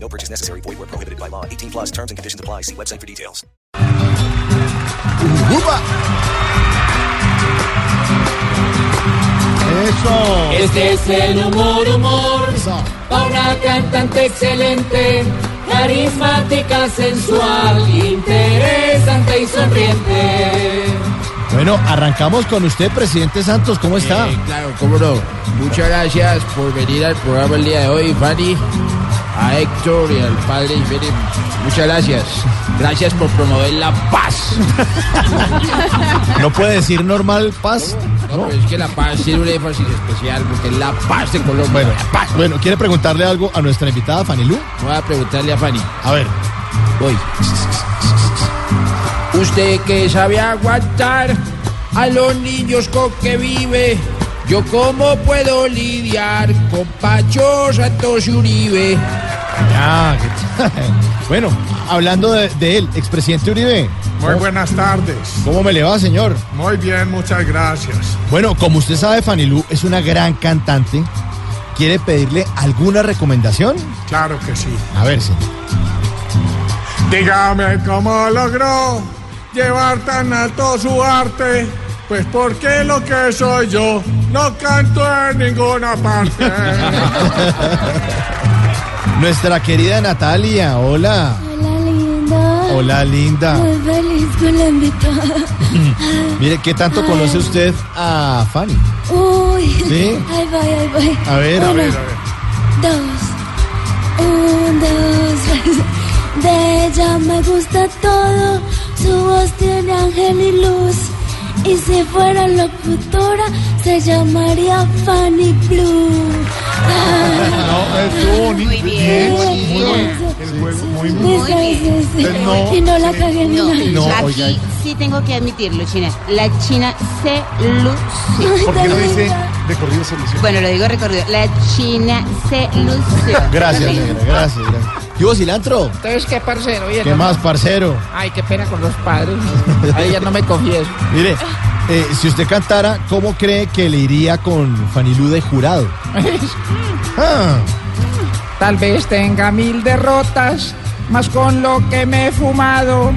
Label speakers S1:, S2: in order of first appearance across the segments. S1: No purchase necessary. Void where prohibited by law. 18 plus terms and conditions apply. See website for details.
S2: ¡Upa! Eso.
S3: Este es el humor, humor,
S2: Eso.
S3: para una cantante excelente, carismática, sensual, interesante y sonriente.
S2: Bueno, arrancamos con usted, presidente Santos. ¿Cómo está?
S4: Eh, claro, cómo no. Muchas gracias por venir al programa el día de hoy, Fanny, a Héctor y al padre Iberim. Muchas gracias. Gracias por promover la paz.
S2: No puede decir normal paz.
S4: No, pero es que la paz tiene un énfasis especial porque es la paz de Colombia.
S2: Bueno,
S4: la paz.
S2: bueno, ¿quiere preguntarle algo a nuestra invitada Fanilú?
S4: Voy a preguntarle a Fanny.
S2: A ver.
S4: Voy. Usted que sabe aguantar a los niños con que vive. Yo cómo puedo lidiar con Pacho Santos y Uribe.
S2: Ya, qué- bueno, hablando de, de él, expresidente Uribe,
S5: Muy buenas tardes.
S2: ¿cómo me le va, señor?
S5: Muy bien, muchas gracias.
S2: Bueno, como usted sabe, Fanilú es una gran cantante. ¿Quiere pedirle alguna recomendación?
S5: Claro que sí.
S2: A ver, señor.
S5: Dígame cómo logró llevar tan alto su arte. Pues porque lo que soy yo no canto en ninguna parte.
S2: Nuestra querida Natalia, hola.
S6: Hola linda,
S2: Hola, linda.
S6: muy feliz con la invitada.
S2: Mire, ¿qué tanto conoce usted a Fanny?
S6: Uy,
S2: ¿Sí?
S6: ahí voy, ahí voy.
S2: A ver, a
S6: Uno,
S2: ver,
S6: Dos, un, dos, tres. De ella me gusta todo, su voz tiene ángel y luz. Y si fuera locutora, se llamaría Fanny Blue. Ah,
S5: No, estuvo bonito.
S6: sí,
S5: El juego muy
S6: sí, sí, sí, sí.
S5: no,
S6: y no la cagué ni nada.
S2: No,
S7: Aquí
S2: Oh, oiga.
S7: sí tengo que admitirlo, China. La China se lució.
S6: Ay, tan linda.
S5: de corrido solución.
S7: Bueno, lo digo recorrido. La China se lució.
S2: Gracias, señora, gracias. gracias. ¿Y vos, cilantro?
S3: Entonces, ¿qué parcero? Oye,
S2: ¿Qué
S3: no-
S2: más, parcero?
S3: Ay, qué pena con los padres. Ay, ya no me confieso.
S2: Mire, eh, si usted cantara, ¿cómo cree que le iría con Fanilú de jurado? Ah,
S3: Tal vez tenga mil derrotas, más con lo que me he fumado.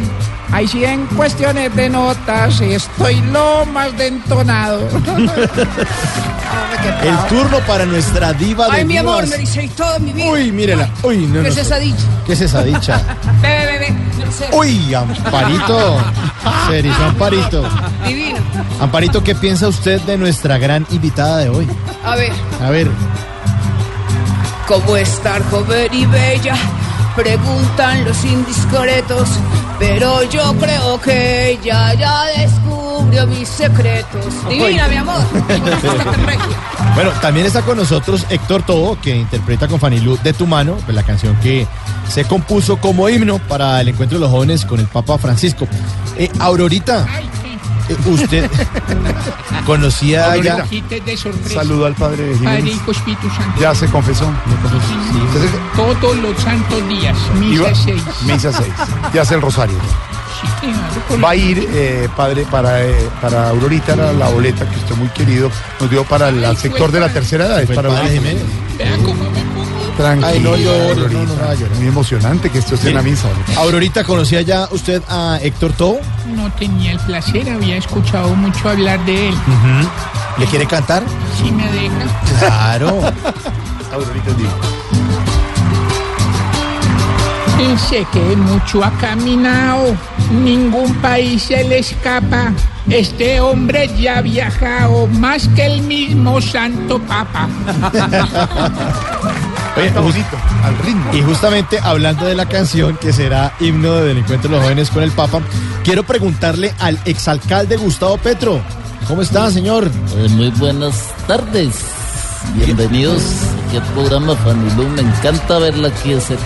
S3: Hay 100 cuestiones de notas, estoy lo más dentonado.
S2: el turno para nuestra diva de
S8: Ay, mi amor,
S2: divas.
S8: me dices todo mi vida.
S2: Uy, mírela. Uy, no, no,
S8: ¿Qué es
S2: no.
S8: esa dicha?
S2: ¿Qué es esa dicha?
S8: Ve, ve, ve, ve. No sé.
S2: Uy, Amparito. Se erizó Amparito.
S8: Divino.
S2: Amparito, ¿qué piensa usted de nuestra gran invitada de hoy?
S8: A ver,
S2: A ver,
S8: ¿cómo estar joven y bella? Preguntan los indiscretos, pero yo creo que ella ya descubrió mis secretos. Divina, mi amor.
S2: bueno, también está con nosotros Héctor Todo, que interpreta con Fanilú de tu mano, pues la canción que se compuso como himno para el encuentro de los jóvenes con el Papa Francisco. Eh, Aurorita, eh, usted conocía ya.
S3: de sorpresa.
S5: Saludo al padre
S3: Padre, Hijo, Espíritu Santo.
S5: Ya se confesó.
S3: Todos los santos días, misa seis.
S5: Misa 6. Ya hace el rosario. Va a ir, eh, padre, para, eh, para Aurorita, la, la boleta que usted muy querido nos dio para el
S3: Ay,
S5: sector de la
S3: fue
S5: tercera edad. es
S2: Fue el
S5: para
S2: padre
S5: Aurorita.
S2: Jiménez.
S3: Vean cómo me pongo.
S5: Tranquila,
S2: Ay, no llores, no, no,
S5: Aurorita.
S2: no va a llorar.
S5: Muy emocionante que esto esté en la misa. Aurorita.
S2: Aurorita, ¿conocía ya usted a Héctor Todo?
S3: No tenía el placer, había escuchado mucho hablar de él.
S2: ¿Le quiere cantar?
S3: Si me deja,
S2: Claro.
S5: Aurorita digo.
S3: dice que mucho ha caminado, ningún país se le escapa. Este hombre ya ha viajado más que el mismo Santo Papa.
S2: Oye,
S5: Está bonito, al ritmo.
S2: Y justamente hablando de la canción que será himno del encuentro de los jóvenes con el Papa, quiero preguntarle al exalcalde Gustavo
S4: Eh,
S2: Petro. ¿Cómo está, señor?
S9: Pues muy buenas tardes. Bienvenidos
S4: aquí el programa Fanilú. Me encanta verla aquí de cerca.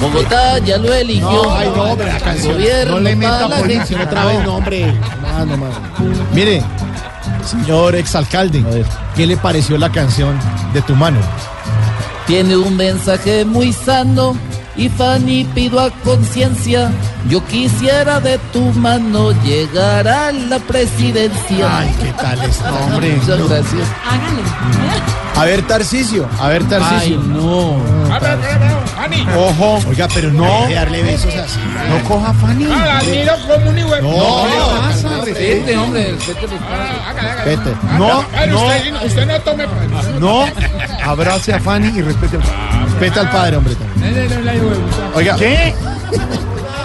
S4: Bogotá ya lo eligió.
S2: No, ay, no, hombre, la canción.
S4: Gobierno,
S2: no le meta
S4: mala
S2: política otra vez, no, hombre. No, no, no. Mire, señor exalcalde, ¿qué le pareció la canción de tu mano?
S4: Tiene un mensaje muy sano y Fanny pido a conciencia. Yo quisiera de tu mano llegar a la presidencia.
S2: Ay, ¿qué tal este hombre?
S4: Muchas gracias.
S2: A ver, Tarcicio, a ver, Tarcicio.
S4: Ay, no.
S5: Fanny,
S2: Ojo. Oiga, pero no. darle besos así. No coja a Fanny.
S5: ah, la admiro como un hijo de-
S2: No,
S5: Ah,
S4: Este hombre,
S5: hágale, hágale.
S2: Vete.
S5: Ah,
S2: No,
S5: pero
S2: no.
S5: Usted, usted no tome.
S2: No, abrace a Fanny y respete al padre. Respeta al padre, hombre. también. Oiga. ¿Qué?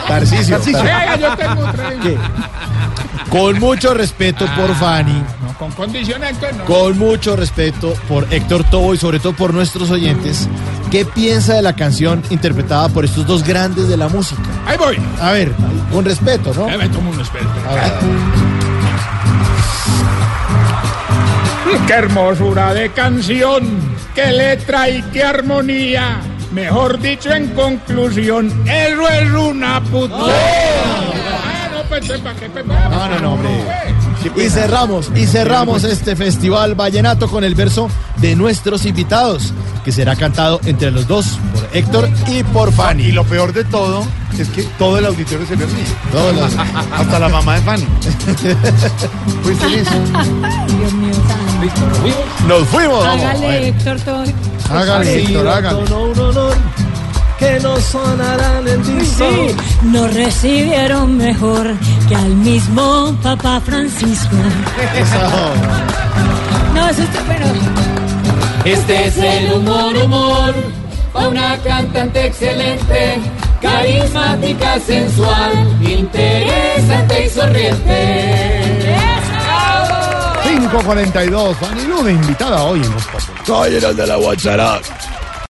S2: Tarcicio. Tar-
S5: Vea, yo tengo otra.
S2: ¿Qué? Con mucho respeto por Fanny,
S5: No, con condicionantes no.
S2: con mucho respeto por Héctor Tobo y sobre todo por nuestros oyentes, ¿qué piensa de la canción interpretada por estos dos grandes de la música?
S5: Ahí voy.
S2: A ver, con respeto, ¿no?
S5: Ahí me tomo un espejo.
S2: A ver.
S5: Qué hermosura de canción, qué letra y qué armonía. Mejor dicho, en conclusión, eso es una puta. Ah, no, pues, ¿pa' qué, pues, vamos,
S2: ¡Oh! No, no, no, hombre.
S5: pues.
S2: Y cerramos, y cerramos este festival vallenato con el verso de nuestros invitados, que será cantado entre los dos, por Héctor y por Fanny.
S10: Y lo peor de todo es que todo el auditorio se vio así.
S2: Todos los-
S10: Hasta la mamá de Fanny. Fuiste listo.
S2: Nos fuimos. vamos.
S6: Héctor, todo.
S2: Hágale, Héctor, hágale.
S4: Que no sonarán el
S6: Sí, no recibieron mejor que al mismo Papa Francisco. No, eso está pero.
S4: Este es el humor, humor, pa' una cantante excelente, carismática, sensual, interesante y sonriente.
S10: 5.42, Fanny Lu, de invitada hoy en Voz Populi.
S11: Cayeron de la guacharada.